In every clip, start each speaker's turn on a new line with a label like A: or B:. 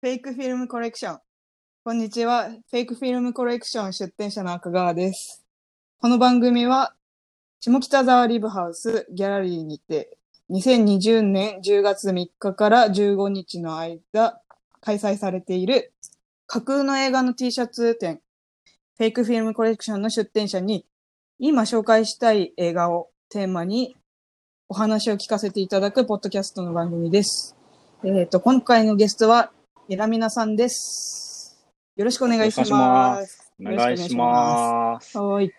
A: フェイクフィルムコレクション。こんにちは。フェイクフィルムコレクション出展者の赤川です。この番組は、下北沢リブハウスギャラリーにて、2020年10月3日から15日の間、開催されている架空の映画の T シャツ展、フェイクフィルムコレクションの出展者に、今紹介したい映画をテーマにお話を聞かせていただくポッドキャストの番組です。えっ、と、今回のゲストは、エラミナさんです。よろしくお願いします。
B: お願いします。
A: はーい。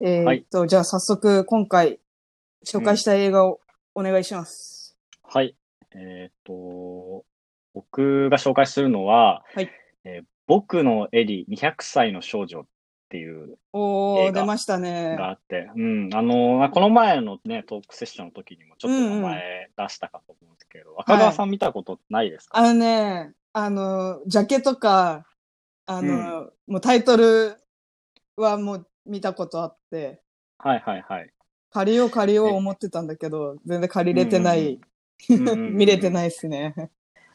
A: え
B: は
A: ー
B: い
A: っと、じゃあ早速、今回、紹介したい映画をお願いします。
B: はい。えっ、と、僕が紹介するのは、
A: はい
B: えー僕のエリ200歳の少女っていう
A: おー、
B: 映画
A: 出ました
B: のが
A: ね。
B: あって、うん、あの、この前のね、トークセッションの時にもちょっと名前出したかと思うんですけど、赤川さん見たことないですか、
A: あのね、あの、ジャケとか、あの、もうタイトルはもう見たことあって、
B: はい、はい はい
A: 借りよう借りよう思ってたんだけど、全然借りれてない、
B: うんうんうん
A: 見れてないっす ね。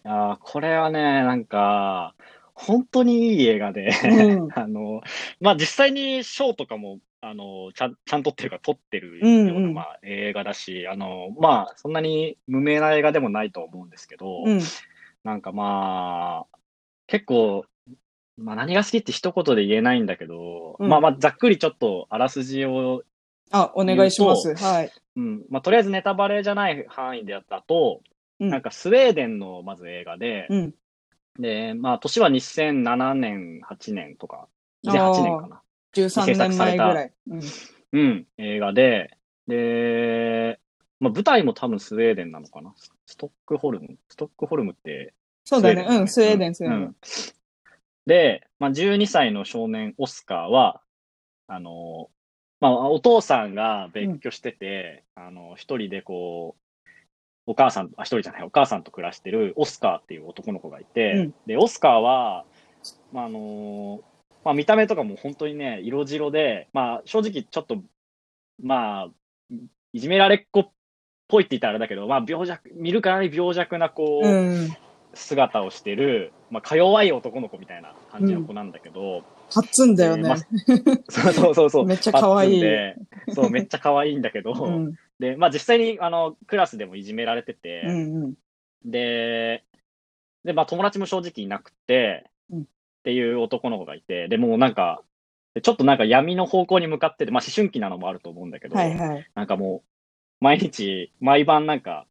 B: あーこれはね、なんか、本当にいい映画で、
A: うん
B: あの、まあ、実際に賞とかも、あの、ちゃん、ちゃんとっていうか、取ってる
A: うんうん
B: ような、まあ、映画だし、あの、まあ、そんなに無名な映画でもないと思うんですけど、
A: うん。
B: なんかまあ、結構、まあ、何が好きって一言で言えないんだけど、
A: うん
B: まあまあ、ざっくりちょっとあらすじを
A: あ、お願いします。
B: 言うと
A: はい。
B: うんまあ、とりあえずネタバレじゃない範囲でやったと、
A: うん
B: なんかスウェーデンのまず映画で、
A: うん。
B: で、まあ、年は2007年、8年とか、
A: あー
B: 2008年かな。
A: 13年前ぐらい。うん。
B: うん、映画で、で、まあ、舞台も多分スウェーデンなのかな。スストックホルム。ストックホルムって
A: そうだね。うん、スウェーデン、ス
B: す
A: ウェ
B: よ
A: ーデン。
B: で、まあ、12歳の少年オスカーは、あの、まあ、お父さんが別居してて、あの、一人でこう、お母さん、あ、一人じゃない、お母さんと暮らしてるオスカーっていう男の子がいて、
A: うん
B: で、オスカーは、まあ、あの、まあ、見た目とかも本当にね、色白で、まあ、正直ちょっと、まあ、いじめられっ子っぽいって言ったらあれだけど、まあ、病弱、見るからに病弱な、こう、
A: うん。
B: 姿をしてる、まあ、か弱い男の子みたいな感じの子なんだけど、
A: はっつんだよ
B: で
A: ね
B: ま。そうそうそうそ う。
A: めっちゃ可愛い
B: パッツンでそう、めっちゃ可愛いんだけど、
A: うん。
B: で、まあ実際にあのクラスでもいじめられて
A: う
B: て、
A: んうん。
B: で、で、まあ友達も正直いなくて、
A: うん
B: っていう男の子がいて、で、もうなんか、でちょっとなんか闇の方向に向かってて、まあ思春期なのもあると思うんだけど、
A: はいはい。
B: なんかもう、毎日、毎晩なんか、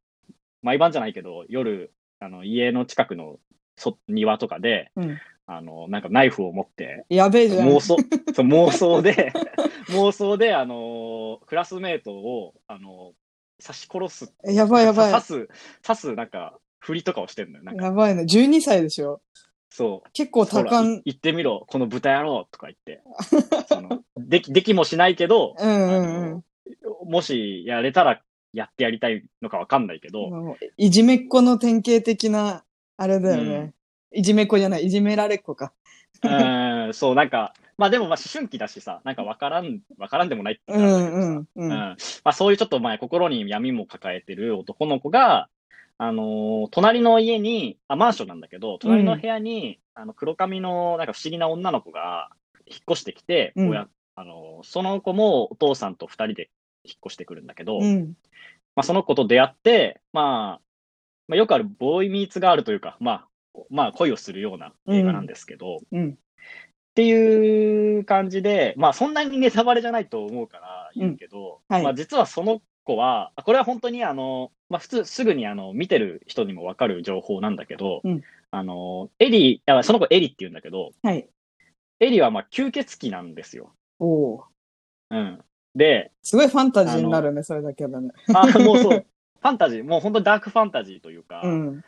B: 毎晩じゃないけど、夜、あの家の近くのそ庭とかで、
A: うん
B: あの、なんかナイフを持って、
A: やべえじゃん。
B: 妄想、そう妄 想で、妄想で、あのークラスメートを、あのー刺し殺す、
A: やばいやばい
B: 刺。す、刺す、なんか、振りとかをしてるのよ。なんか、
A: やばいね。12歳でしょ
B: そう。
A: 結構多
B: ほら、い
A: 感。
B: 行ってみろ、この豚野郎とか 言って。そのでき、できもしないけど、
A: うんう
B: あ
A: ん
B: のもしやれたらやってやりたいのかわかんないけ
A: うん
B: ど、
A: もう。いじめっ子の典型的な、あれだよね。いじめっ子じゃない、いじめられっ子か。
B: うーん、そう、なんか、まあでも、まあ思春期だしさ、なんかわからん、わからんでもないっていううか
A: んう
B: なん
A: ん
B: う
A: うんん。
B: まあそういうちょっとまあ心に闇も抱えてる男の子が、あのー隣の家に、あ、マンションなんだけど、隣の部屋に、あの黒髪のなんか不思議な女の子が引っ越してきて、
A: うん
B: 親あのーその子もお父さんと二人で引っ越してくるんだけど、
A: うん。
B: まあ、その子と出会って、まあ、まあ、よくあるボーイミーツガールというか、まあ、まあ、恋をするような映画なんですけど、っ
A: うん。
B: ていう感じで、まあ、そんなにネタバレじゃないと思うから言うけど、
A: うんはい
B: まあ、実はその子は、あこれは本当にあの、まあ、普通、すぐにあの見てる人にもわかる情報なんだけど、
A: うん
B: あのエリーあ、その子エリって言うんだけど、
A: はい。
B: エリはまあ吸血鬼なんですよ。
A: おー
B: うん、で、
A: すごいファンタジーになるね、それだけだね。
B: あも うそう、ファンタジー、もう本当にダークファンタジーというか、
A: うん。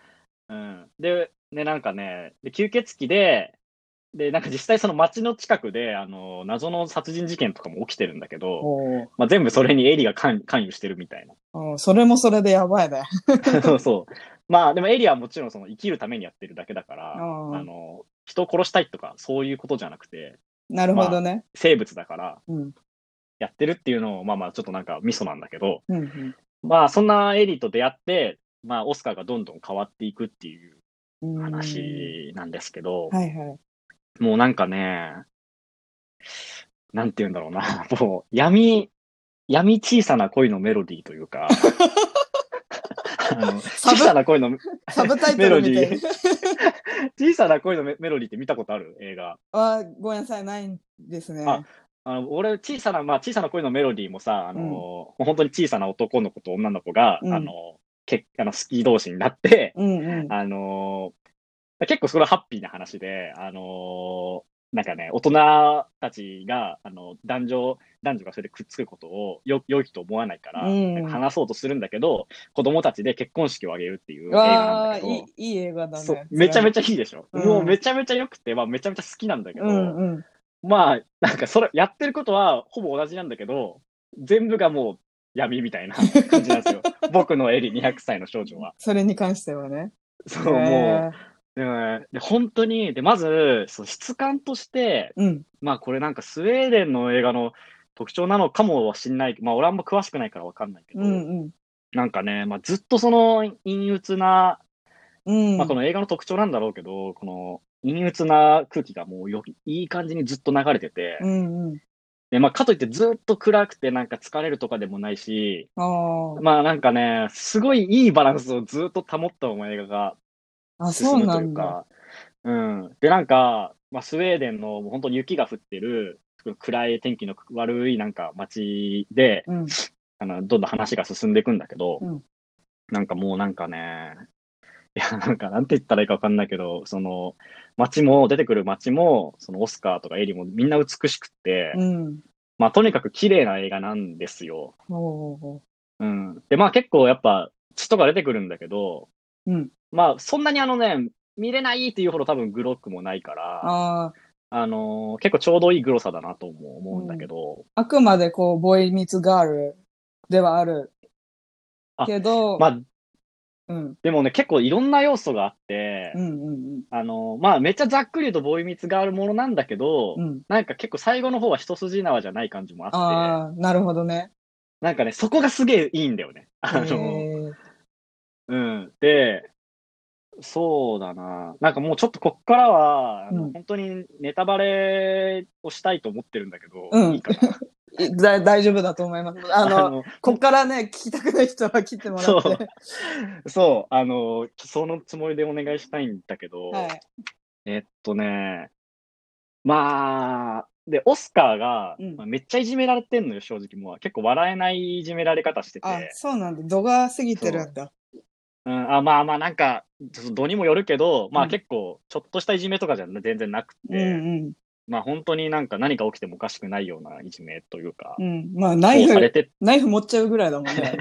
B: うん。で、ね、なんかね、で吸血鬼で、で、なんか実際その街の近くで、あの、謎の殺人事件とかも起きてるんだけど、
A: おー
B: まあ、全部それにエリが関関与してるみたい
A: おーそれもそれでやばいね。
B: な。 そうそう。まあ、でもエリはもちろんその生きるためにやってるだけだから、
A: あー
B: あの、人を殺したいとか、そういうことじゃなくて、
A: なるほどね。
B: 生物だから、
A: うん。
B: やってるっていうのを、まあまあ、ちょっとなんかミソなんだけど、
A: うんうん。
B: まあ、そんなエリと出会って、まあ、オスカーがどんどん変わっていくっていう
A: うん
B: 話なんですけど、
A: はいはい。
B: もうなんかね、なんて言うんだろうな、 もう闇、闇小さな恋のメロディーというか、あ の
A: サブ
B: 小さな恋の、
A: サブタイトルみたい
B: メ
A: な
B: ロ。 小さな恋のメメロディーって見たことある映画。
A: あ、ごめんなさい、ないんですね。
B: ああの俺、小さな、まあ、小さな恋のメロディーもさ、あの、
A: うん
B: もう本当に小さな男の子と女の子が、
A: うん
B: あの、けあの好き同士になって、
A: うんうん。
B: あのー結構それはハッピーな話で、あのーなんかね、大人たちが、あの、男女、男女がそれでくっつくことをよ、良いと思わないから、
A: うん
B: なんか話そうとするんだけど、子供たちで結婚式を挙げるっていう映画
A: わ
B: なんだ
A: あ、
B: けど
A: い、い、いい映画だね。
B: そうめちゃめ
A: ち
B: ちゃいいでしょ、
A: うん
B: もうめちゃめちゃ良くて、まあ、めちゃめちゃ好きなんだけど、
A: うんうん。
B: まあ、なんかそれ、やってることはほぼ同じなんだけど、全部がもう闇みたいな感じな んですよ。僕のエリ200歳の少女は。
A: それに関してはね。
B: そう、も
A: へ
B: う。でもねで本当に、で、まず、そう質感として、
A: ーうん。
B: まあこれなんかスウェーデンの映画の特徴なのかもしんない。まあ俺あんま詳しくないからわかんないけど、
A: うんうん。
B: なんかね、まあずっとその陰鬱な、
A: うん。
B: まあこの映画の特徴なんだろうけど、この陰鬱な空気がもうよきいい感じにずっと流れてて、
A: うんうん。
B: で、まあ、かといってずっと暗くてなんか疲れるとかでもないし、
A: あ
B: まあなんかね、すごいいいバランスをずっと保ったまま映画が
A: あ。あ、そう
B: 進む
A: な
B: というん
A: だ。
B: か、うん。で、なんか、まあ、スウェーデンのもう本当に雪が降ってる、暗い天気の悪いなんか街で、
A: うん。
B: あの、どんどん話が進んでいくんだけど、
A: うん
B: なんかもうなんかね、いや、なんかなんて言ったらいいかわかんないけど、その、街も、出てくる街も、そのオスカーとかエリもみんな美しくって、
A: うん。
B: まあ、とにかく綺麗な映画なんですよ。
A: おうおうおう
B: うん。で、まあ結構やっぱ血とか出てくるんだけど、
A: うん。
B: まあそんなにあのね、見れないっていうほど多分グロックもないから、あ、
A: ああ。
B: のー結構ちょうどいいグロさだなとも思うんだけど、
A: あくまでこう、ボーイミツガールではある。
B: あ
A: けど、
B: まあ
A: うん。
B: でもね、結構いろんな要素があって、
A: うんうん
B: あのーまあめっちゃざっくり言うとボーイミツがあるものなんだけど、
A: うん。うん。
B: なんか結構最後の方は一筋縄じゃない感じもあって、
A: ああ、なるほどね。
B: なんかね、そこがすげえいいんだよね。あのー
A: へー
B: うん。で、そうだな。なんかもうちょっとこっからは、あの
A: うん
B: 本当にネタバレをしたいと思ってるんだけど、
A: うん
B: いいかな。
A: いだ大丈夫だと思います。 あの、こっからね、聞きたくない人は切ってもらっ
B: そう
A: て。
B: そう、あの、そのつもりでお願いしたいんだけど、
A: はい。
B: えっとね、まあ、で、オスカーが、
A: うん
B: まあめっちゃいじめられてんのよ、正直もう。結構笑えないいじめられ方して
A: あ、
B: て。
A: そうなんだ。度が過ぎてるんだ。
B: うん、あまあまあ、なんか、ちょっと度にもよるけど、ま
A: う
B: あ
A: ん
B: 結構、ちょっとしたいじめとかじゃ全然なく
A: うん
B: て、
A: うん。
B: まあ本当になんか何か起きてもおかしくないようないじめというか
A: う、ん。まあ、ナイ
B: こうされ
A: フ、
B: て、
A: ナイフ持っちゃうぐらいだもんね。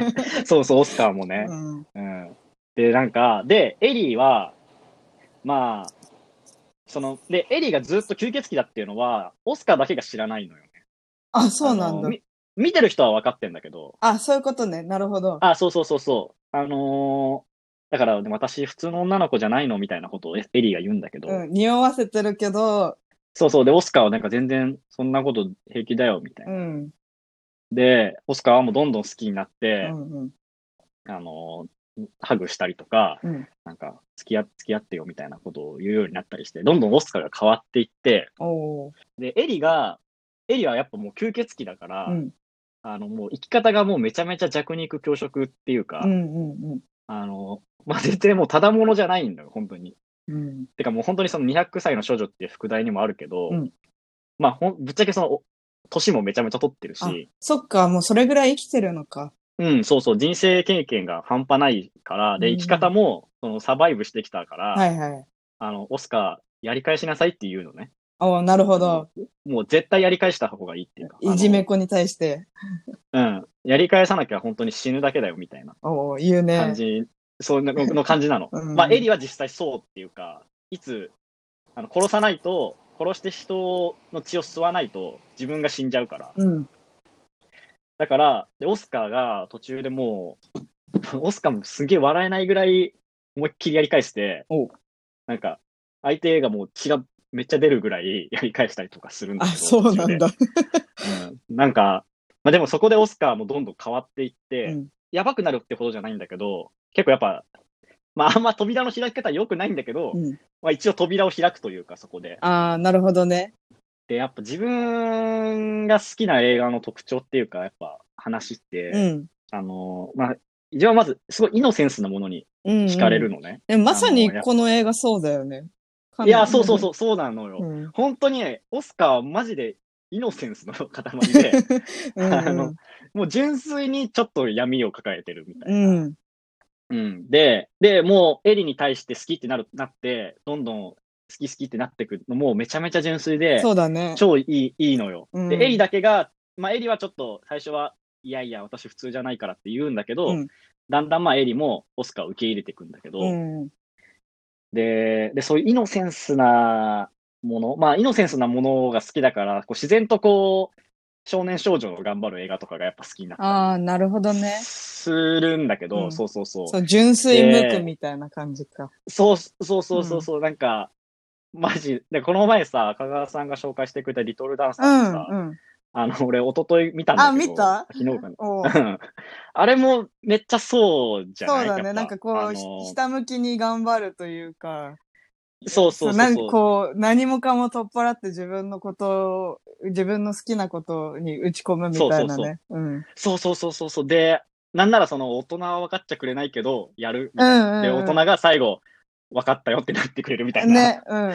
B: そうそう、オスカーもね。
A: うん。
B: うん。で、なんか、で、エリーは、まあ、その、で、エリーがずっと吸血鬼だっていうのは、オスカーだけが知らないのよね。
A: あ、そうなん
B: あの
A: だ。
B: み見てる人は分かってんだけど、
A: あ、そういうことね。なるほど。
B: あ、そうそうそうそう。あのーだから、でも私、普通の女の子じゃないのみたいなことをエエリーが言うんだけど、
A: うん。匂わせてるけど、
B: そうそう、で、オスカーはなんか全然、そんなこと平気だよ、みたいうな。
A: ん。
B: で、オスカーはもうどんどん好きになって、
A: うんうん。
B: あの、ハグしたりとか、
A: うん
B: なんか、付き合、付き合ってよみたいなことを言うようになったりして、どんどんオスカーが変わっていって、
A: おお。
B: で、エリが、エリはやっぱもう吸血鬼だから、
A: うん。
B: あの、もう生き方がもうめちゃめちゃ弱肉強食っていうか、
A: うんうん
B: あの、まあ、全然もうただものじゃないんだよ、本当に。
A: うん。うん。
B: てかもう本当にその200歳の少女っていう副題にもあるけど、
A: うん
B: まあ、ほん、ぶっちゃけその、お年もめちゃめちゃ取ってる
A: あ
B: し、、
A: そっか、もうそれぐらい生きてるのか。
B: うん、そうそう、人生経験が半端ないから、で、
A: うん
B: 生き方も、その、サバイブしてきたから、
A: はいはい。
B: あの、オスカー、やり返しなさいっていうのね。
A: おーなるほど。
B: もう絶対やり返した方がいいっていうか。あの
A: いじめっ子に対して。
B: うん。やり返さなきゃ本当に死ぬだけだよみたいな
A: おお、言うね。
B: 感じ、そういうのの感じなの。
A: うん
B: まあ、エリは実際そうっていうか、いつ、あの、殺さないと、殺して人の血を吸わないと自分が死んじゃうから。
A: うん。
B: だから、で、オスカーが途中でもう、 オスカーもすげえ笑えないぐらい思いっきりやり返して
A: おう、
B: なんか、相手がもう血がめっちゃ出るぐらいやり返したりとかするんだ
A: あ、
B: けど。
A: そうな
B: 途中
A: ん
B: で
A: だ。
B: うんなんか、まあ、でもそこでオスカーもどんどん変わっていって、
A: うん
B: やばくなるってほどじゃないんだけど、結構やっぱ、まあ、あんま扉の開き方良くないんだけど、
A: うん、
B: まあ一応扉を開くというか、そこで。
A: ああ、なるほどね。
B: で、やっぱ自分が好きな映画の特徴っていうか、やっぱ話って、
A: うん。
B: あの、まあ、一番まず、すごいイノセンスなものに
A: うん、うん。
B: 惹かれるのね。
A: え。まさにこの映画そうだよね。
B: いや、そうそうそう、そうなのよ。
A: うん。
B: 本当にね、オスカーはマジでイノセンスの塊 で、
A: うん。
B: あのもう純粋にちょっと闇を抱えてるみたいな。
A: うん。
B: うん、で、で、もうエリに対して好きってなる、なって、どんどん好き好きってなってくのもめちゃめちゃ純粋で、
A: そうだね。
B: 超いい、いいのよ。
A: うん
B: で、エリだけが、まあエリはちょっと最初は、いやいや、私普通じゃないからって言うんだけど、
A: うん
B: だんだんまあエリもオスカーを受け入れていくんだけど、
A: うん。
B: で、で、そういうイノセンスなもの、まあ、イノセンスなものが好きだから、こう自然とこう、少年少女の頑張る映画とかがやっぱ好きになった
A: ああ、なるほど
B: り
A: ね。
B: するんだけど、
A: うん
B: そうそうそう。
A: そう、純粋無垢みたいな感じか。
B: そうそうそうそうそう、なんか、マジ、で、この前さ、赤川さんが紹介してくれたリトルダンサ
A: う
B: ーの
A: ん、
B: さ、
A: うん。
B: あの、俺、一昨日見たんだけど、
A: あ見た
B: 昨日かな。
A: おう
B: うんあれもめっちゃそうじゃ
A: そ
B: な
A: う
B: い
A: だ
B: や
A: ね。
B: っぱ
A: なんかこう、
B: あの
A: ひ下向きに頑張るというか、
B: そうそうそうそう。
A: なんかこう、何もかも取っ払って自分のことを、自分の好きなことに打ち込むみたいなね。うん
B: そうそうそうそうそう。で、なんならその大人は分かっちゃくれないけど、やるみ
A: う
B: たいな。
A: んうん
B: で、
A: う
B: 大
A: ん。
B: 人が最後、分かったよってなってくれるみたいな。
A: ね、うんうんう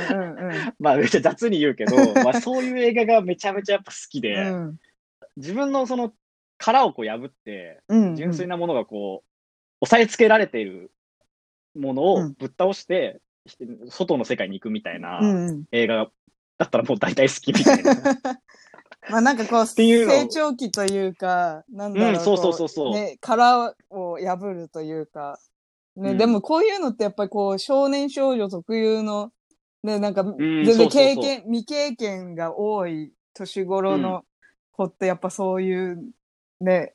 A: ん。
B: まあ、めっちゃ雑に言うけど、まあ、そういう映画がめちゃめちゃやっぱ好きで、
A: うん
B: 自分のその殻をこう破って、
A: うんうん
B: 純粋なものがこう、押さえつけられているもの
A: う
B: を
A: ん
B: ぶっ倒して、外の世界に行くみたいな
A: うんうん。
B: 映画だったらもう大体好きみた いな。
A: まあなんかこう、
B: ていうのを
A: 成長期というか、なんだろう、
B: うんそうそうそうそう
A: こね、殻を破るというか、ね、
B: うん
A: でもこういうのってやっぱりこう、少年少女特有の、ね、なんか、全
B: そうそ
A: 然
B: うそう
A: 経験、未経験が多い年頃の子ってやっぱそういう、ね、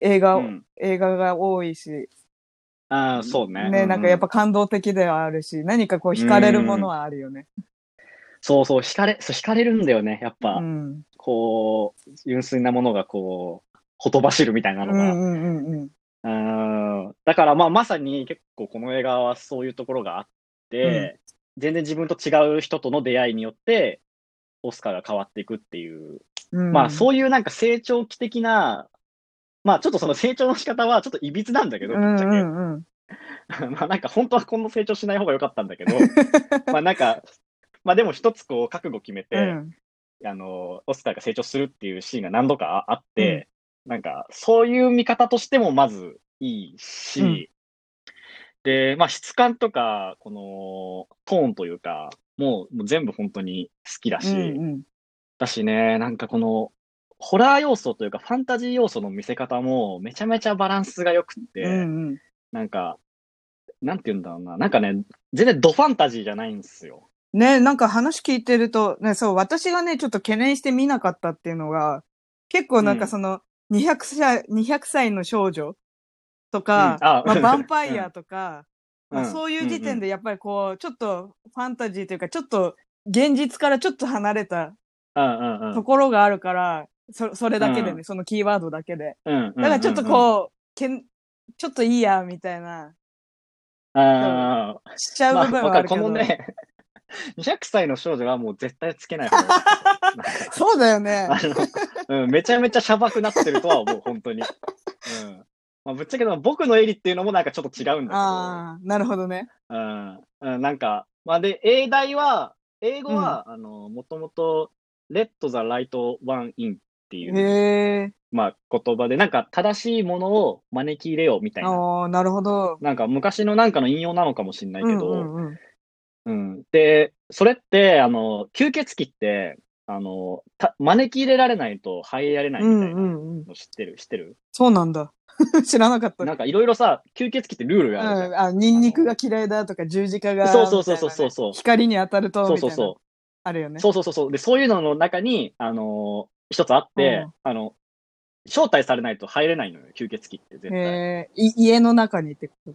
A: 映画、
B: うん
A: 映画が多いし、
B: ああ、そうね。う
A: ね、なんかやっぱ感動的ではあるし、何かこう惹かれるものはあるよね。
B: そうそう、惹かれ、そう、惹かれるんだよね。やっぱ、
A: うん。
B: こう、純粋なものがこう、ほとばしるみたいなの
A: うんう
B: が。
A: んうんうん。
B: うんだからまあまさに結構この映画はそういうところがあって、全然自分と違う人との出会いによって、オスカーが変わっていくっていう。
A: うん
B: まあそういうなんか成長期的な、まあちょっとその成長の仕方はちょっといびつなんだけど、
A: うん
B: ぶっちゃけ
A: うんうん。
B: まあなんか本当はこんな成長しない方が良かったんだけど、まあなんか、まあでも一つこう覚悟決めて、
A: うん
B: あの、オスカーが成長するっていうシーンが何度かああって、なんか、そういう見方としてもまずいいし、
A: うん
B: で、まあ、質感とか、この、トーンというか、もう、もう全部本当に好きだし、
A: うん
B: だしね、なんかこの、ホラー要素というか、ファンタジー要素の見せ方も、めちゃめちゃバランスが良くって、
A: うんうんうん
B: なんか、なんて言うんだろうな、なんかね、全然ドファンタジーじゃないんですよ。
A: ね、なんか話聞いてると、ね、そう、私がね、ちょっと懸念して見なかったっていうのが、結構なん
B: う
A: か
B: ん
A: その、200歳、200歳の少女と
B: うん
A: か、
B: あ
A: まあ、
B: うん
A: ヴァンパイアとか、ま
B: う
A: あ、
B: ん
A: そういう時点
B: ん
A: でやっぱりこう、ちょっとファンタジーというか、ちょっと現実からちょっと離れた
B: うんうんうん
A: ところがあるから、そそれだけで
B: う
A: ね、そのキーワードだけで。
B: うんうんうんうん。
A: だからちょっとこう、けんちょっといいや、みたいな、
B: ああ、
A: しちゃう部分
B: わ
A: はあ
B: かる。
A: るけ
B: こ
A: ど。
B: のね、200歳の少女はもう絶対つけな い方が
A: そうだよね。
B: いいあの、うん。めちゃめちゃしゃばくなってるとは思う、本当に。うんまあ、ぶっちゃけでも僕のエリっていうのもなんかちょっと違うんだ
A: ああ、なるほどね。
B: けど、うんうん、なんか、まあ、で、英題は、英語は、あの、もともと、Let the Light One In っていう、
A: へえ。
B: まあ、言葉で、なんか正しいものを招き入れようみたいな、
A: ああ、なるほど。
B: なんか昔のなんかの引用なのかもしれないけど、
A: うんうんうん
B: うん、で、それって、あの、吸血鬼って、あの、た招き入れられないと入れられないみたい
A: うんう
B: なん
A: うん
B: の知ってる、知ってる
A: そうなんだ。 知らなかった。
B: なんかいろいろさ、吸血鬼ってルールがあるじゃん。
A: うん、あ、ニンニクが嫌いだとか、十字架が、
B: そうそうそうそうそう
A: みたいなね光に当たると、
B: そう
A: みたいう
B: そ
A: な。
B: そ
A: あるよ
B: う。
A: ね。
B: そうそうそうそう。で、そういうのの中に、あのー一つあって、あの、招待されないと入れないのよ、吸血鬼って絶対。
A: へえ、い家の中にってこと。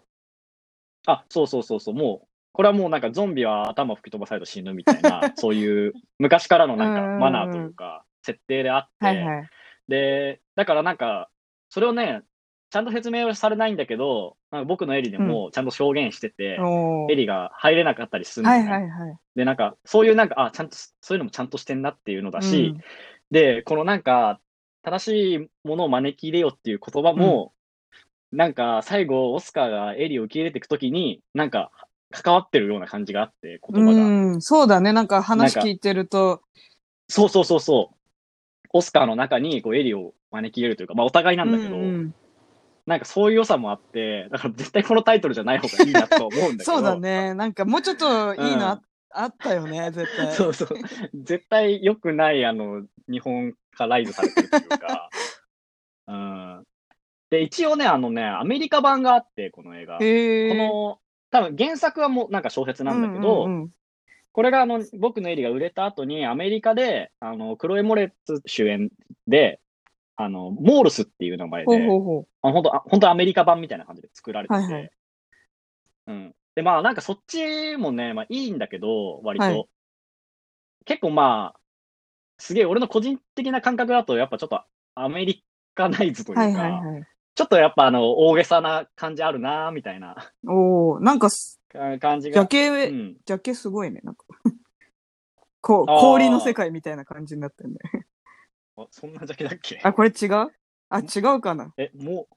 B: あ、そうそうそうそう、もう、これはもうなんかゾンビは頭吹き飛ばされると死ぬみたい な、そういう昔からのなんかマナーというか、設定であって、
A: はいはい。
B: で、だからなんか、それをね、ちゃんと説明はされないんだけど、なんか僕のエリでもちゃんと表現してて、
A: おー
B: エリが入れなかったりするの
A: は
B: ね
A: いはいはい。
B: で、なんか、そういうなんか、あ、ちゃんと、そういうのもちゃんとしてんなっていうのだし、で、このなんか、正しいものを招き入れよっていう言葉も、なんか、最後、オスカーがエリを受け入れていくときに、なんか、関わってるような感じがあって、
A: う
B: 言葉が。
A: ん、うん、そうだね。なんか話
B: なんか
A: 聞いてると、
B: そうそうそうそう。オスカーの中に、こう、エリを招き入れるというか、まあ、お互いなんだけど、
A: うんうん
B: なんかそういう良さもあって、だから絶対このタイトルじゃない方がいいなとは思うんだけ ど。
A: そうだね。なんかもうちょっといいのあ,、
B: うん
A: あったよね、絶対。
B: そうそう。絶対良くない、あの、日本からライズされてるという か。うん。で、一応ね、あのね、アメリカ版があって、この映画。こ
A: へえ。
B: の、多分原作はもうなんか小説なんだけど、
A: うんうんうん
B: これがあの、僕のエリが売れた後に、アメリカで、あの、クロエ・モレッツ主演で、あの、モールスっていう名前
A: ほう
B: で、
A: ほうほ
B: あ本当あ本当アメリカ版みたいな感じで作られてて、
A: はいはい
B: うん。で、まあなんかそっちもね、まあいいんだけど、割と。
A: はい。
B: 結構まあ、すげえ俺の個人的な感覚だと、やっぱちょっとアメリカナイズといううか、
A: はいはいはい。
B: ちょっとやっぱあの、大げさな感じあるな、みたいな
A: おおなんかす、
B: か感じ
A: ジャ
B: が。
A: ケ、
B: うん、
A: ジャケすごいね。なんか こう
B: あー
A: 氷の世界みたいな感じになってるね。
B: あそんなジャケだっけ
A: あ、これ違うあ、違うかな。
B: え、も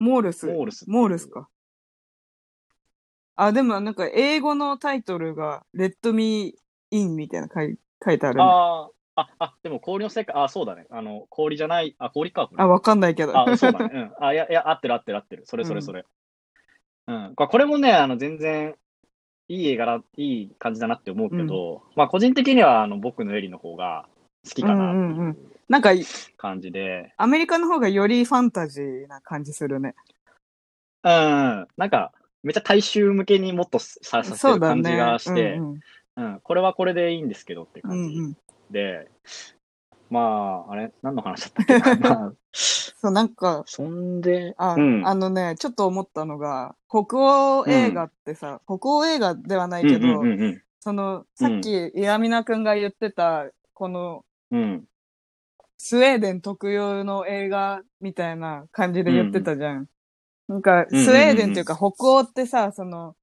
A: モールス。
B: う、モールス。
A: モールス。か。あ、でもなんか英語のタイトルが、Let Me In みたいな書い書いてあるね、
B: あーあ、あ、でも氷の世界、あ、そうだね。あの、氷じゃない、あ、氷か、これ
A: あ、わかんないけど。
B: あ、そうだね。うん。あ、いや、いや、合ってる合ってる合ってる。それそれそれ。うん。ここれもね、あの、全然、いい映画だ、いい感じだなって思うけど、まあ、個人的には、あの、僕のエリの方が好きかな
A: うんうんう
B: っ
A: ん
B: ていう
A: なんか、
B: 感じで、
A: アメリカの方がよりファンタジーな感じするね。
B: うん、なんか、めっちゃ大衆向けにもっとささせ
A: そ
B: て
A: う
B: る
A: だ
B: 感
A: ね。
B: じがして、
A: うん
B: うんこれはこれでいいんですけどって
A: うんう
B: 感
A: んう
B: じ
A: ん、
B: で、まあ、あれ、何の話だったっけ なまあ、
A: そう、なんか、
B: そんで、
A: あ,、
B: うん
A: あのね、ちょっと思ったのが、北欧映画ってさ、北欧映画ではないけど、
B: うんうんうん
A: その、さっき、イラミナ君が言ってた、この、
B: うん。うん。
A: スウェーデン特有の映画みたいな感じで言ってたじゃん。なんか、スウェーデンっていうか、北欧ってさ、その、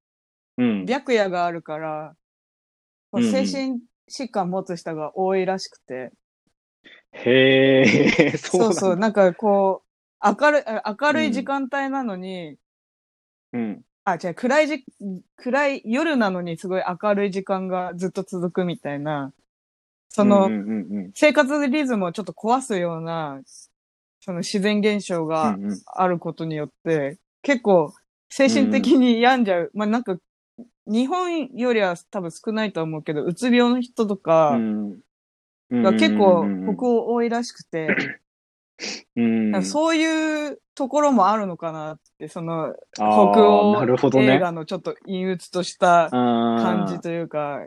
B: うん。
A: 白夜があるから、こう
B: うんう
A: 精
B: ん
A: 神疾患持つ人が多いらしくて、
B: へえ、そ
A: そ
B: うなん
A: う
B: だ
A: そう、なんかこう、明るい、あ明るい時間帯なのに、
B: うん。
A: あ、違う、暗いじ、暗い夜なのにすごい明るい時間がずっと続くみたいな、その
B: うん、うんうん
A: 生活リズムをちょっと壊すような、その自然現象
B: うん、
A: が
B: うんうん
A: あることによって、結構精神的に病んじゃう。まあなんか、日本よりは多分少ないとは思うけど、うつ病の人とかが結構北
B: を、
A: 欧多いらしくて、
B: うん
A: なんかそういうところもあるのかなって、その
B: あ
A: 北
B: ー
A: 欧
B: なるほどね
A: 映画のちょっと陰鬱とした感
B: 感
A: じというか、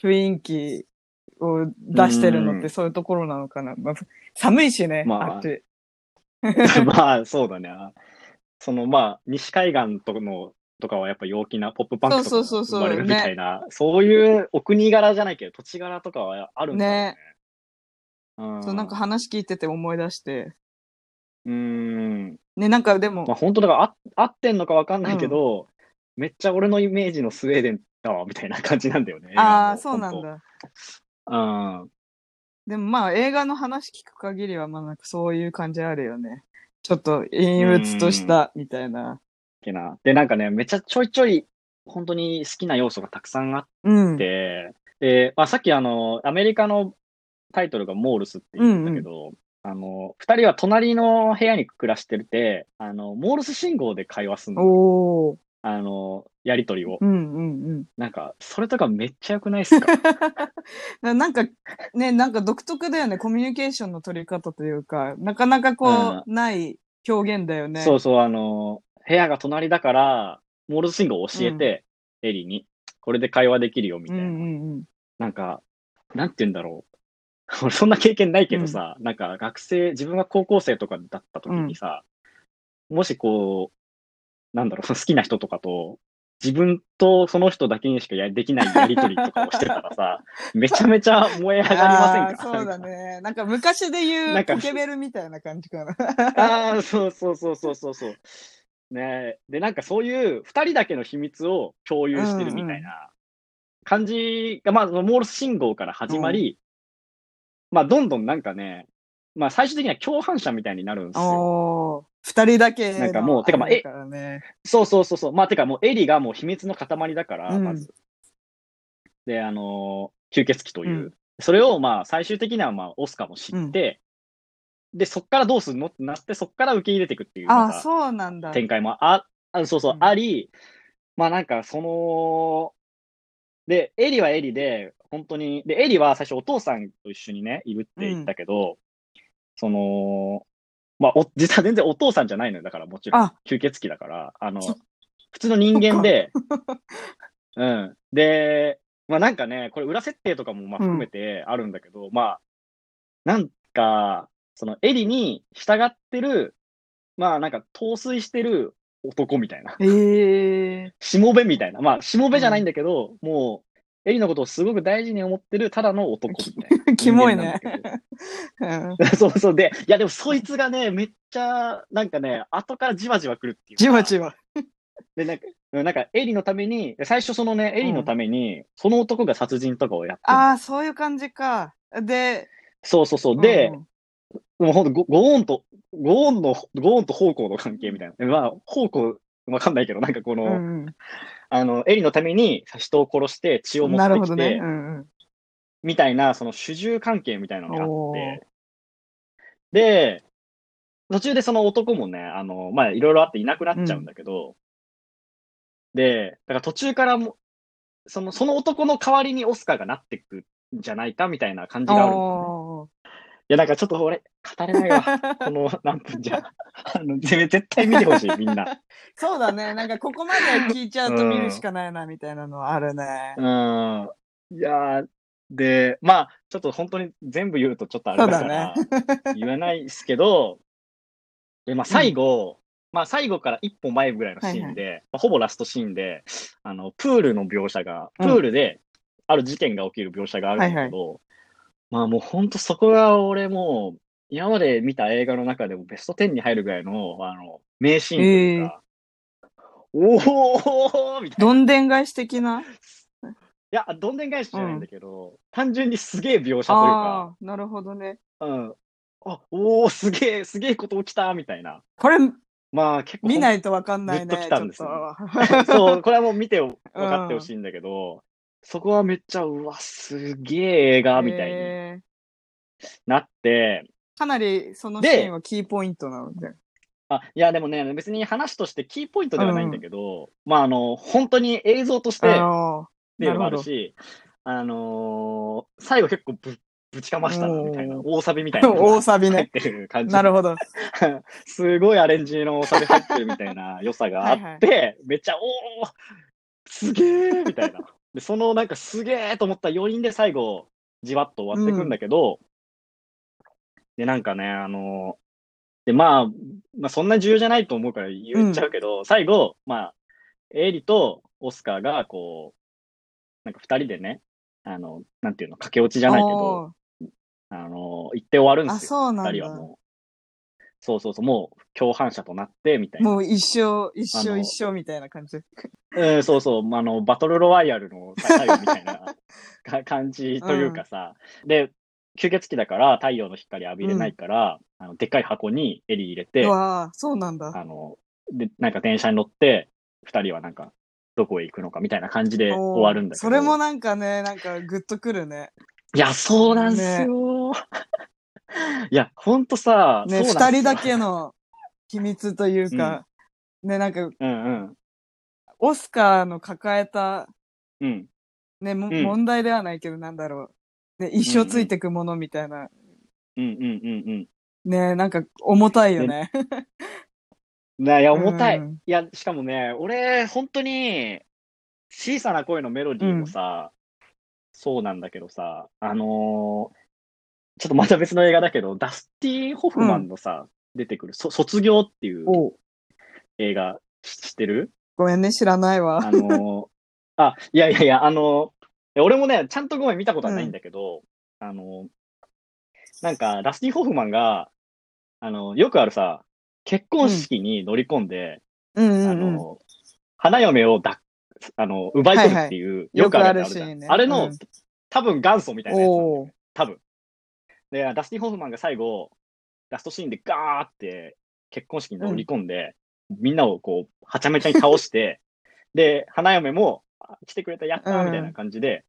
A: 雰囲気を出してるのっ
B: う
A: て
B: ん
A: そういうところなのかな。まあ、寒いしね、
B: まあ
A: あっち。
B: まあ、そうだね。その、まあ、西海岸とかの、とかはやっぱ陽気なポップパンクとか
A: そう
B: が
A: そうそうそう
B: 生まれるみたいな、そういうお国柄じゃないけど、土地柄とかはあるんだろうね。うん
A: そう、なんか話聞いてて思い出して。
B: うん。
A: ね、なんかで
B: まあ、
A: も、
B: 本当だから、あ合ってんのかわかんないけど、めっちゃ俺のイメージのスウェーデンだわ、みたいな感じなんだよね。
A: ああ、そうなん
B: 本
A: だ。
B: 当。うん。
A: でもまあ映画の話聞く限りは、まあなんかそういう感じあるよね。ちょっと陰鬱としたみたいな。
B: けな。で、なんかね、めっちゃちょいちょい、本当に好きな要素がたくさんあっ
A: うん。
B: て、で、まあ、さっきあの、アメリカのタイトルがモールスって言うんだけど、あの、二人は隣の部屋に暮らしてるて、あの、モールス信号で会話するの。
A: おー。
B: あの、やりとりを
A: う。んうんうん
B: なんか、それとかめっちゃ良くないっす か
A: な。なんか、ね、なんか独特だよね。コミュニケーションの取り方というか、なかなかこう、ない表現だよね。
B: そうそう、あの、部屋が隣だから、モールス信号を教えて、エリに、これで会話できるよ、み
A: う
B: たい
A: ん
B: な。
A: うんうん。
B: なんか、なんて言うんだろう。 俺そんな経験ないけどさ、なんか学生、自分が高校生とか だった時にさ、もしこう、なんだろう、好きな人とかと、自分とその人だけにしかやできないやりとりとかをしてた らさ、めちゃめちゃ燃え上がりませんか
A: あーそうだ
B: なんか
A: ね。なんか昔で言
B: なん
A: う
B: か
A: ポケベルみたいな感じかな。
B: ああ、そうそうそうそうそうそう。ねえで、なんかそういう2人だけの秘密を共有してるみたいな感じが、まあ、そのモールス信号から始まり、まあ、どんどんなんかね、まあ、最終的には共犯者みたいになるんですよ。
A: おー二人だけの
B: なんかもうてかまあ
A: あれだからね。
B: そうそうそうそう。まあ、てかもうエリがもう秘密の塊だから、
A: うん
B: まず。で、あのー吸血鬼という。
A: う
B: それをまあ、最終的にはまあ、オスカも知って、で、そっからどうすんのってなって、そっから受け入れていくっていう。
A: あ
B: ま
A: あ、
B: た
A: そうなんだ。
B: 展開もあ、あそうそう、
A: うん
B: あり、まあなんかその、で、エリはエリで、本当に、で、エリは最初お父さんと一緒にね、いるって言ったけど、その、まあお、実は全然お父さんじゃないのよ、だからもちろん
A: あ。
B: 吸血鬼だから、あの
A: そ、
B: 普通の人間で、 うん。で、まあなんかね、これ裏設定とかもまあ含めてあるんだけど、まあ、なんか、そのエリに従ってる、まあなんか陶酔してる男みたいな、
A: ええ
B: しもべみたいな、まあしもべじゃないんだけど、もう、エリのことをすごく大事に思ってるただの男みたいな。
A: キモいね
B: 人間なんだけど
A: うん
B: そうそう。で、いやでもそいつがね、めっちゃ、なんかね、後からじわじわ来るっていうか。
A: じわじわ。
B: で、なんか、うんなんかエリのために、最初そのね、エリのために、その男が殺人とかをやってる
A: ああ、そういう感じか。で、
B: そうそうそう。で、
A: うん
B: もうほんとご、ご音と、ご音の、ご音と方向の関係みたいな。まあ、方向、わかんないけど、なんかこの、
A: うん
B: あの、エリのために人を殺して血を
A: うん、
B: 持
A: なる
B: っ
A: ほ
B: てき
A: ど
B: て、
A: ね。うんうん
B: みたいな、その主従関係みたいなのがあ
A: おー
B: って、で、途中でその男もね、あの、まあ、いろいろあっていなくなっちゃうんだけど、で、だから途中からも、その、その男の代わりにオスカーがなってくんじゃないかみたいな感じがあるの。
A: お
B: いや、なんかちょっと俺、語れないわ。こ
A: ー
B: の何分じゃ。 あの、ぜ絶対見てほしい、みんな。
A: そうだね。なんかここまで聞いちゃうと見るしかないな、みたいなのはあるね。
B: うん。いやーで、まあ、ちょっと本当に全部言うとちょっとあれだから、言えないですけど、で、まあ最後、まあ最後から一歩前ぐらいのシーンで、まあほぼラストシーンで、あの、プールの描写が、プ
A: うん
B: ールで、ある事件が起きる描写があるんだけど、まあもう本当そこが俺もう、今まで見た映画の中でもベスト10に入るぐらいの、あの、名シーンというか、おーみたいな。
A: どんでん返し的ない
B: や、どんでん返しじゃないんだけど、単純にすげえ描写というか、
A: ああー、なるほどね。
B: うん。あ、おー、すげえ、すげえこと起きた、みたいな。
A: これ
B: まあ結構
A: 見ないとわかんないね。
B: ずっと来たんですよ
A: ちょっと
B: そう、これはもう見て分 かってほしいんだけど、そこはめっちゃ、うわ、すげえ映画みたいに
A: へー
B: なって、
A: かなりそのシ
B: で
A: ーンはキーポイントなので。
B: あ、いや、でもね、別に話としてキーポイントではないんだけど、まあ、あの、本当に映像としてっ
A: あの
B: ていうのもあるし、あのー最後結構ぶ、ぶちかましたな、みたいな、
A: おー
B: 大サビみたいなの が
A: 大サビ
B: 入っ
A: ね。
B: てる感じ。
A: なるほど。
B: すごいアレンジの大サビ入ってるみたい な良さがあって、めっちゃ、おーすげーみたいな。で、そのなんかすげーと思った余韻で最後、じわっと終わってくんだけど、で、なんかね、あの、で、まあ、まあ、そんな重要じゃないと思うから言っちゃうけど、最後、まあ、エイリとオスカーが、こう、なんか二人でね、あの、なんていうの、駆け落ちじゃないけど、
A: おー
B: あの、行って終わるん
A: あ、
B: ですよ。
A: そうな
B: 二
A: ん
B: 人は
A: だ。
B: もう、そうそうそう、もう共犯者となって、みたいな。
A: もう一生、一
B: あの
A: 生、一生みたいな感じ。
B: うん、そうそう、まああの、バトルロワイヤルの最後みたいな か感じというかさ、で、吸血鬼だから太陽の光浴びれないから、あのでっかい箱にエリー入れて、
A: うわあ、そうなんだ。
B: あの、で、なんか電車に乗って、二人はなんか、どこへ行くのかみたいな感じで
A: おー
B: 終わるんだけど。
A: それもなんかね、なんかグッとくるね。
B: いや、そうなんすよ。 いや、ほんとさ、
A: ね、
B: そうな
A: 二人
B: んすよ
A: だけの秘密というか、ね、なんか、
B: うんうん。
A: オスカーの抱えた、
B: うん。
A: ね、も
B: うん
A: 問題ではないけど、なんだろう。ね、一生ついてくものみたいな。
B: うんうんうんうん。
A: ね、なんか重たいよね。
B: ないや、重たい。
A: うん
B: いや、しかもね、俺、本当に、小さな声のメロディーもさ、そうなんだけどさ、あのーちょっとまた別の映画だけど、ダスティ・ホフマンのさ、出てくる、そ卒業っていう
A: おう
B: 映画し知ってる
A: ごめんね、知らないわ。
B: あの、あ、いやいやいや、あの、いや俺もね、ちゃんとごめん見たことはないんだけど、あの、なんか、ラスティ・ホフマンが、あの、よくあるさ、結婚式に乗り込んで、
A: うんうん、うん
B: あの、花嫁をだあの奪い取るっていう、よくあるやつあるじゃん
A: よくあるシーンね
B: あれの、
A: うん
B: 多分元祖みたいなやつなんだよ
A: おお。
B: 多分。で、ダスティン・ホフマンが最後、ラストシーンでガーって結婚式に乗り込んで、みんなをこう、はちゃめちゃに倒して、で、花嫁も、あ来てくれた、やった
A: う
B: ー
A: ん
B: みたいな感じで、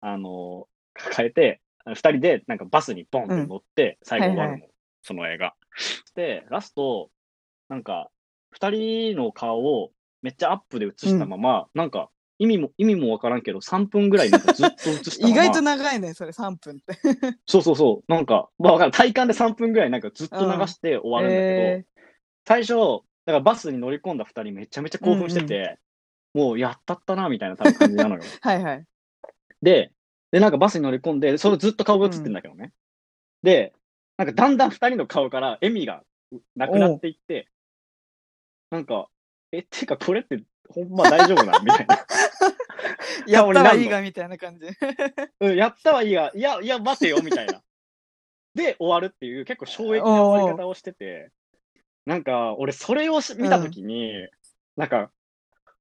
B: あの、抱えて、二人でなんかバスにボンって乗って、最後終わる
A: は
B: の、
A: い
B: その映画。で、ラスト、なんか、二人の顔をめっちゃアップで映したまま、なんか、意味も、意味もわからんけど、3分ぐらいなんかずっと映したま
A: 意
B: ま。
A: 外と長いね、それ3分って。
B: そうそうそう。なんか、まあわかる。体感で3分ぐらいなんかずっと流して終わるんだけど、
A: え
B: 最初、だからバスに乗り込んだ2人めちゃめちゃ興奮してて、もうやったったな、みたいな多分感じなの よ。
A: ーはいはい。
B: で、で、なんかバスに乗り込んで、それずっと顔が映ってんだけどね。で、なんかだんだん2人の顔から笑みがなくなっていって、なんか、え、っていうかこれってほんま大丈夫なみたい な。
A: やったらいい
B: 俺な
A: がみたいな 感じ。
B: うん、やったはいいが、いや、いや、待てよ、みたいな。で、終わるっていう、結構衝撃な終わり方をしてて、なんか、俺、それをし見たときに、なんか、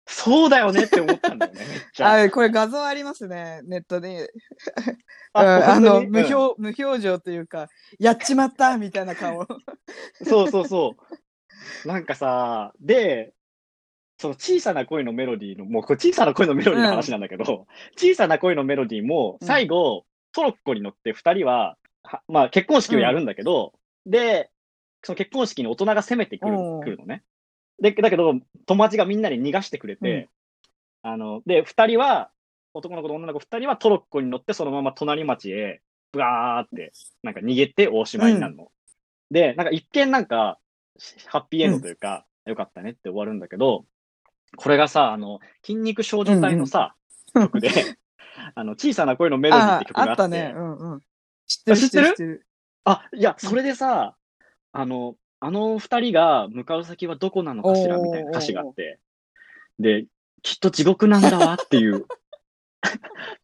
B: そうだよねって思ったんだよね、めっちゃ。
A: あ、これ画像ありますね、ネットで。うん
B: あ
A: あ
B: 本当
A: の
B: に
A: 無
B: うん
A: 表、無表情というか、やっちまったみたいな 顔。
B: そうそうそう。なんかさ、で、その小さな恋のメロディーの、もうこれ小さな恋のメロディーの話なんだけど、小さな恋のメロディーも
A: うん
B: 最後、トロッコに乗って2人は、はまあ結婚式をやるんだけど、で、その結婚式に大人が攻めてくる
A: おう
B: 来るのね。で、だけど、友達がみんなに逃がしてくれて、あの、で、2人は、男の子と女の子2人はトロッコに乗ってそのまま隣町へ、ブワーって、なんか逃げておしまいになるの。で、なんか一見なんか、しハッピーエンドというか、よかったねって終わるんだけど、これがさ、あの、筋肉少女隊のさ、
A: うんうん
B: 曲で、あの、小さな声のメロディーっ
A: あ
B: て曲があっ
A: あ
B: て、
A: ったね。うんうん。知ってる知って
B: 知っ
A: て
B: る
A: る知ってる。
B: あ、いや、それでさ、あの、あの二人が向かう先はどこなのかしら
A: おー
B: みたいな歌詞があって、で、きっと地獄なんだわっていう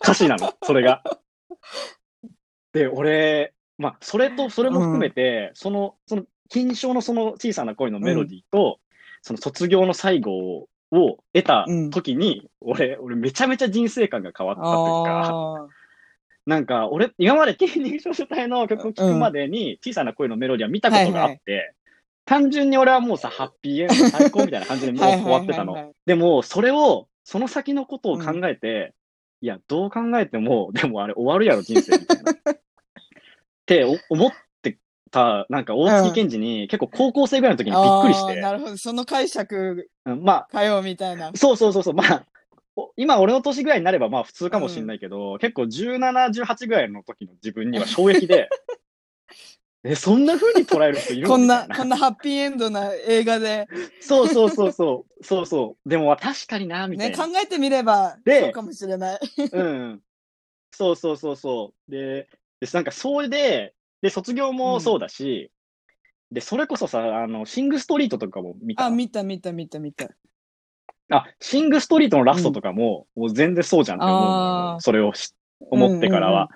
B: 歌詞なの、それが。で、俺、まあ、それと、それも含めて、その、その、金賞のその小さな恋のメロディーと、その卒業の最後をを得た時に、俺、俺めちゃめちゃ人生観が変わったというか、
A: ああ。
B: なんか、俺、今まで 筋肉少女隊の曲を聴くまでに、小さな恋のメロディは見たことがあって、単純に俺はもうさ、ハッピーエンド最高みたいな感じでもう終わってたの。
A: の。
B: でも、それを、その先のことを考えて、いや、どう考えても、 でもあれ終わるやろ、人生みたいな。 ってお思ってた、なんか、大月健二に結構高校生ぐらいの時にびっくりし
A: あ
B: て
A: ー、なるほど、その解釈
B: うんまあ、
A: かよみたいな。
B: そうそうそうそう、まあ、お今俺の年ぐらいになればまあ普通かもしれないけど、結構17、18ぐらいの時の自分には 衝撃で、え、そんな風に捉える人いるの
A: こん
B: み
A: な、
B: たい
A: こんなハッピーエンドな映画で、
B: そうそうそうそう、そうそう、でも確かにな、みたい
A: ね、
B: な。
A: 考えてみれば、
B: で
A: そうかもしれない。
B: うん。そうそうそうそう。で、でなんかそれで、で、卒業もそうだし、で、それこそさ、あの、シングストリートとかも見た。
A: あ、見た見た見た見た。
B: あ、シングストリートのラストとかも、もう全然そうじゃんって思うの
A: あ
B: よ。
A: ー
B: それをし思ってからは。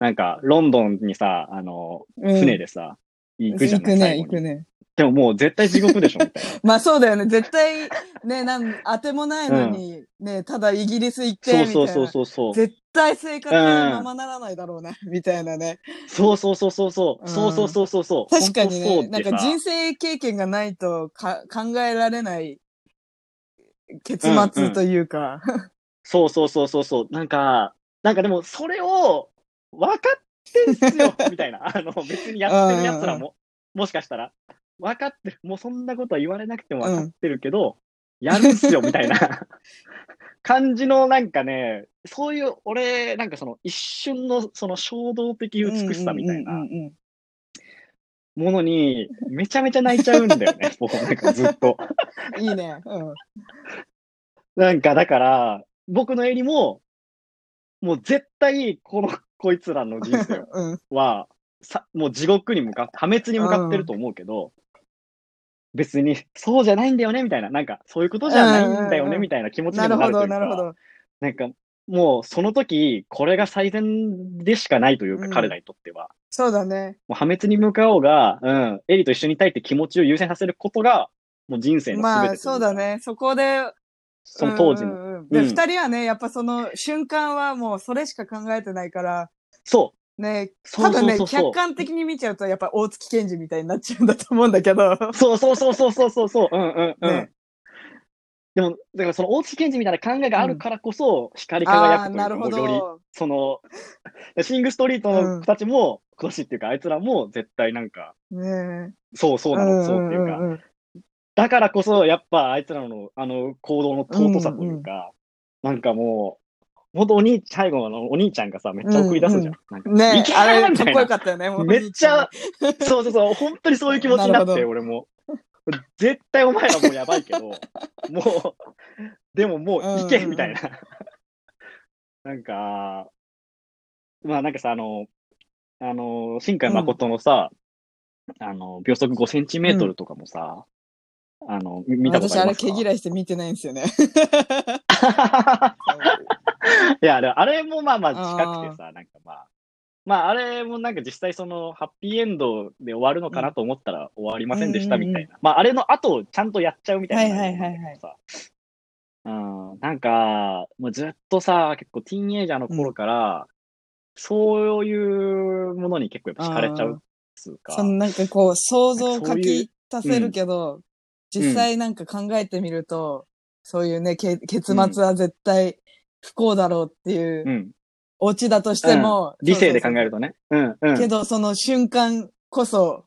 B: なんか、ロンドンにさ、あの、
A: うん。
B: 船でさ、行くじゃ
A: 行く
B: ない
A: ね、
B: 最後
A: 行
B: に
A: くね。
B: でももう絶対地獄でしょ、みたいな。
A: まあ そうだよね。絶対、ね、なん、当てもないのに、ね、ただイギリス行って、みたいな。
B: そうそうそうそうそう。
A: 絶対生活がままならないだろうな、みたいなね。
B: そうそうそうそうそうう。
A: ん
B: そうそうそうそうそう。
A: 確かにね、
B: 本当
A: なん
B: そうで
A: か
B: さ
A: 人生経験がないとか考えられない結
B: うんう
A: 末
B: ん
A: というか。
B: そうそうそうそうそう。なんか、なんかでもそれを分かってん すよ、みたいな。あの、別にやってる奴らも、もしかしたら。分かってる。もうそんなことは言われなくても分かってるけど、やるんすよ、みたいな 感じのなんかね、そういう、俺、なんかその一瞬のその衝動的美しさみたい
A: うんう
B: なんものに、めちゃめちゃ泣いちゃうんだよ ね。もうなんかずっと。
A: うんうん。いいね。うん。
B: なんかだから、僕の絵にも、もう絶対、この、こいつらの人生
A: うん。
B: は、さもう地獄に向かって、破滅に向かってると思うけど、別にそうじゃないんだよねみたいな、なんかそういうことじゃないんだよ
A: うんうんう
B: ね
A: ん
B: みたいな気持ち
A: な
B: に
A: る
B: もな
A: ほ
B: るとい
A: ど、
B: う
A: な
B: か
A: るほど。
B: なんかもうその時、これが最善でしかないという
A: う
B: か、
A: ん
B: 彼らにとっては。
A: そうだね。
B: もう破滅に向かおうが、うん、エリと一緒にいたいって気持ちを優先させることが、もう人生の全
A: ま
B: て
A: あ、
B: とい
A: そう
B: か
A: だ。ね。そこで、
B: その当時
A: う
B: の。
A: んうんうんで、
B: うん
A: 二人はね、やっぱその瞬間はもうそれしか考えてないから、
B: そう。
A: ね、
B: そ
A: 多
B: うそ
A: 分
B: う
A: ね
B: そう、そう
A: 客観的に見ちゃうと、やっぱ大月健二みたいになっちゃうんだと思うんだけど。
B: そうそうそうそうそうそうそう。うんうんうん。
A: ね
B: でも、だからその大月健二みたいな考えがあるからこそ、光り輝
A: ああー、
B: くという
A: な
B: か
A: る
B: も
A: ほ
B: うより、
A: ど。
B: その、 シングストリートの子たちも、今年っていうか、あいつらも絶対なんか、
A: ねえ。
B: そうそうなの、そうっていうか。
A: んんん
B: だからこそ、やっぱあいつらのあの行動の尊さというか、なんかもう、ほんとお兄、最後のお兄ちゃんがさ、めっちゃ送り出すじゃん。なんか
A: うんね
B: いけ
A: え、
B: ー
A: あれ、
B: みた
A: か
B: い
A: っ
B: な
A: こよかったよね。もう
B: めっち ゃ。、そうそうそう、本当にそういう気持ちになって、
A: なる
B: 俺も。絶対お前らもうやばいけど、もう、でももう行
A: うんうん
B: け
A: うん
B: みたいな。なんか、まあなんかさ、あの、あの、新海誠のさ、あの、秒速5センチメートルとかもさ、あの、み見たこと
A: 私、
B: あ
A: あ
B: り
A: れ、
B: ます
A: 毛
B: か
A: 嫌いして見てないんですよね。
B: いや、あれあれもまあまあ
A: あー
B: 近くてさ、なんかまあ、まああれもなんか実際そのハッピーエンドで終わるのかなと思ったら終わりませんでした
A: うんうんうん
B: みたいな。まああれの後をちゃんとやっちゃうみたいな。
A: はいはいはいはい
B: さ。うん、なんか、もうずっとさ、結構ティーンエイジャーの頃から、そういうものに結構やっぱ惹かれちゃうっつうか。
A: そのなんかこう、想像を
B: なんか
A: か
B: そういう
A: き足せるけど、実際なんか考えてみると、そういうね、け結末は絶対不幸だろうっていう、
B: うん。
A: オチだとしても、
B: 理性で考え
A: る。
B: るとね。うん、うん。
A: けど、その瞬間こそ、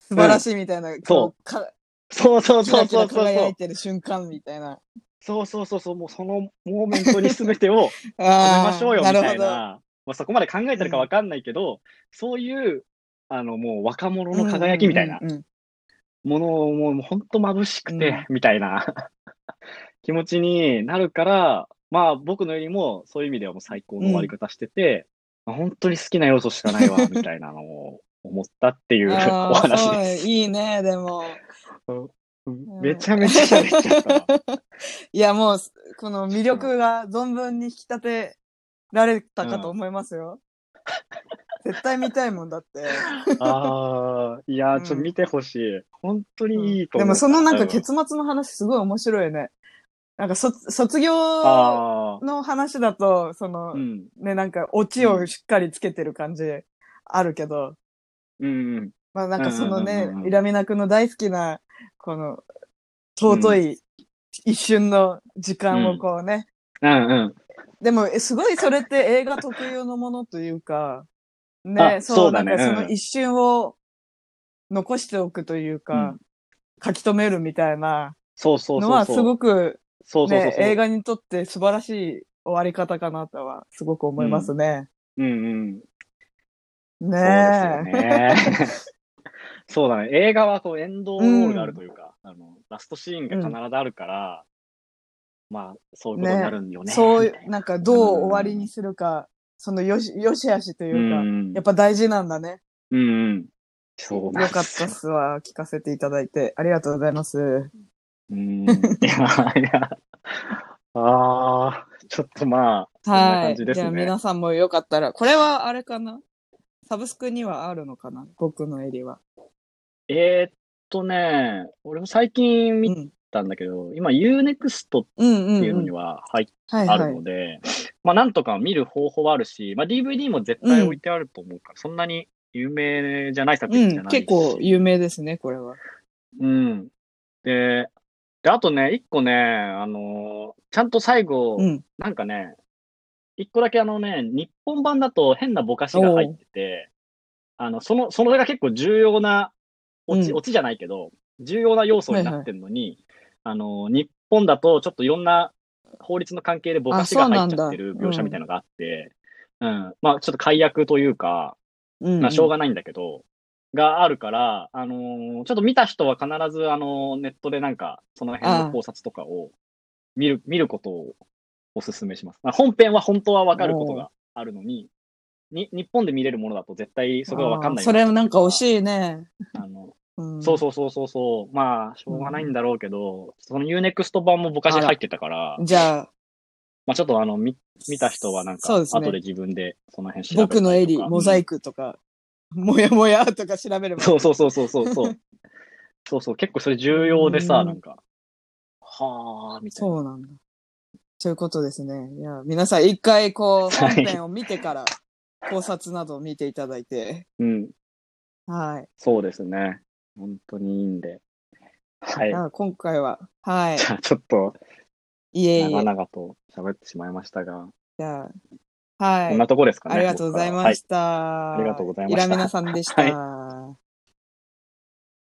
A: 素晴らしいみたいな、こう、か
B: そうそう
A: キ
B: そ
A: ラ
B: う
A: キ
B: そ
A: ラ
B: うそう
A: 輝
B: そ。
A: いうてる瞬間みたいな。
B: そうそうそうそう、もうそのモーメントに全てを食べ
A: あ
B: ましょうよみ
A: ー
B: たい
A: なる
B: な、まあ、そこまで考えてるかわかんないけど、そういうあのもう若者
A: ほど。
B: の輝きみたいな
A: うんうんうんうん
B: ものをもう本当眩しくて、みたいな気持ちになるから、まあ僕のよりもそういう意味ではもう最高の終わり方してて、まあ本当に好きな要素しかないわ、みたいなのを思ったっていう お
A: あー
B: 話
A: そう
B: です。
A: いいね、でも。
B: うん めちゃめちゃ喋っちゃったな。
A: いや、もう、この魅力が存分に引き立てられたかと思いますよ。絶対見たいもんだって。
B: ああ、いやー、ち
A: うん
B: ょっと見てほしい。本当にいいと
A: で
B: 思
A: も
B: う。
A: そのなんか
B: うん
A: 結末の話すごい面白いよね。なんか卒卒業
B: ああ、
A: の話だと、その、
B: うん、
A: ね、なんかオチをしっかりつけてる感じあるけど、
B: うん、うん。
A: まあなんかその
B: うん
A: ね
B: うんうんう、ん
A: イラミナ君の大好きな、この、尊い一瞬の時間をこうね、
B: うんうん。
A: でも、えすごいそれって映画特有のものという か、ね、
B: あ
A: そう、
B: そう
A: な
B: だ
A: ん
B: ね
A: かそ
B: うん
A: の一瞬を残しておくというか、書き留めるみたいな
B: そうそう
A: の
B: そう
A: は
B: そ
A: す
B: う。
A: ごく
B: そうそうそう
A: ね、
B: そう。
A: 映画にとって素晴らしい終わり方かなとはすごく思いますね。
B: うんうん。そうですよ
A: ねえ。
B: ね。 そうだね。映画はこうエンドロールがあるというか、あの、ラストシーンが必ずあるから、まあ、そういうことになるんよね。
A: そう
B: みた
A: いう、なんかどう終わりにするか、そのよし、よしあしというか、
B: うん
A: やっぱ大事なんだね。
B: うんうん。そう
A: よ
B: なん
A: か
B: で
A: っ
B: す
A: たっすわ。聞かせていただいて。ありがとうございます。
B: うん。いや、いや。ああ、ちょっとまあ、んな
A: は
B: 感
A: い。
B: じです
A: じ
B: ね
A: ゃあ皆さんもよかったら、これはあれかなサブスクにはあるのかな僕の襟は。
B: えーっとね、俺も最近
A: う
B: 見
A: ん。
B: たんだけど、今 Unext っ
A: うんうん、う
B: て
A: ん。
B: いうのには入っ
A: はい
B: あ
A: は
B: る
A: い
B: の。で、まあなんとか見る方法はあるし、まあ DVD も絶対置いてあると思うから、そんなに有名じゃない作
A: う
B: 品じゃ
A: ん。
B: ないし。
A: 結構有名ですね、これは。
B: うん。で、で、あとね、一個ね、あのーちゃんと最後、
A: うん。
B: なんかね、一個だけあのね、日本版だと変なぼかしが入ってて、あの、その、それが結構重要な、オチ、
A: うん
B: オチじゃないけど、重要な要素になってんのに、あの、日本だとちょっといろんな法律の関係でぼかしが入っちゃって
A: あそうな
B: る
A: んだ
B: 描写みたいのがあって、うん、まあちょっと解約というか、
A: うん、
B: まあしょう
A: が
B: がないんだけど、があるから、あのーちょっと見た人は必ず、あのーネットでなんか、その辺の考察とかを見る、見ることをお勧めします。まあ、本編は本当はわかることがあるのに、に、日本で見れるものだと絶対そこがわかんない
A: それなんか惜
B: い。
A: しいね。
B: あの、
A: うん、
B: そうそうそうそうそう。まあ、しょうがないんだろうけど、その UNEXT 版もぼかし入ってたから、
A: じゃあ、
B: まあちょっとあの、見、見た人はなんか、
A: そうですね
B: 後で自分でその辺調べ
A: 僕のエリ、モザ
B: イ
A: イクとか、もやもやとか調 べれば。
B: そうそうそうそうそうそう。そうそう、結構それ重要で
A: う
B: さ、
A: ん
B: なんか、はあ、みたいな。
A: そうなんだ。ということですね。いや、皆さん一回こう、
B: は
A: 本
B: い
A: 編を見てから、考察などを見ていただいて、
B: うん、
A: はい。
B: そうですね。本当にいいんで。はい
A: じ。ゃあ今回は、はい。
B: じゃあちょっと、
A: いえい
B: 長
A: え。
B: 々と喋ってしまいましたが、
A: じゃあ、は
B: こん
A: い
B: な。とこですかね。
A: ありがとうございました。
B: ありがとうございました
A: イラミナさんでした。
B: はい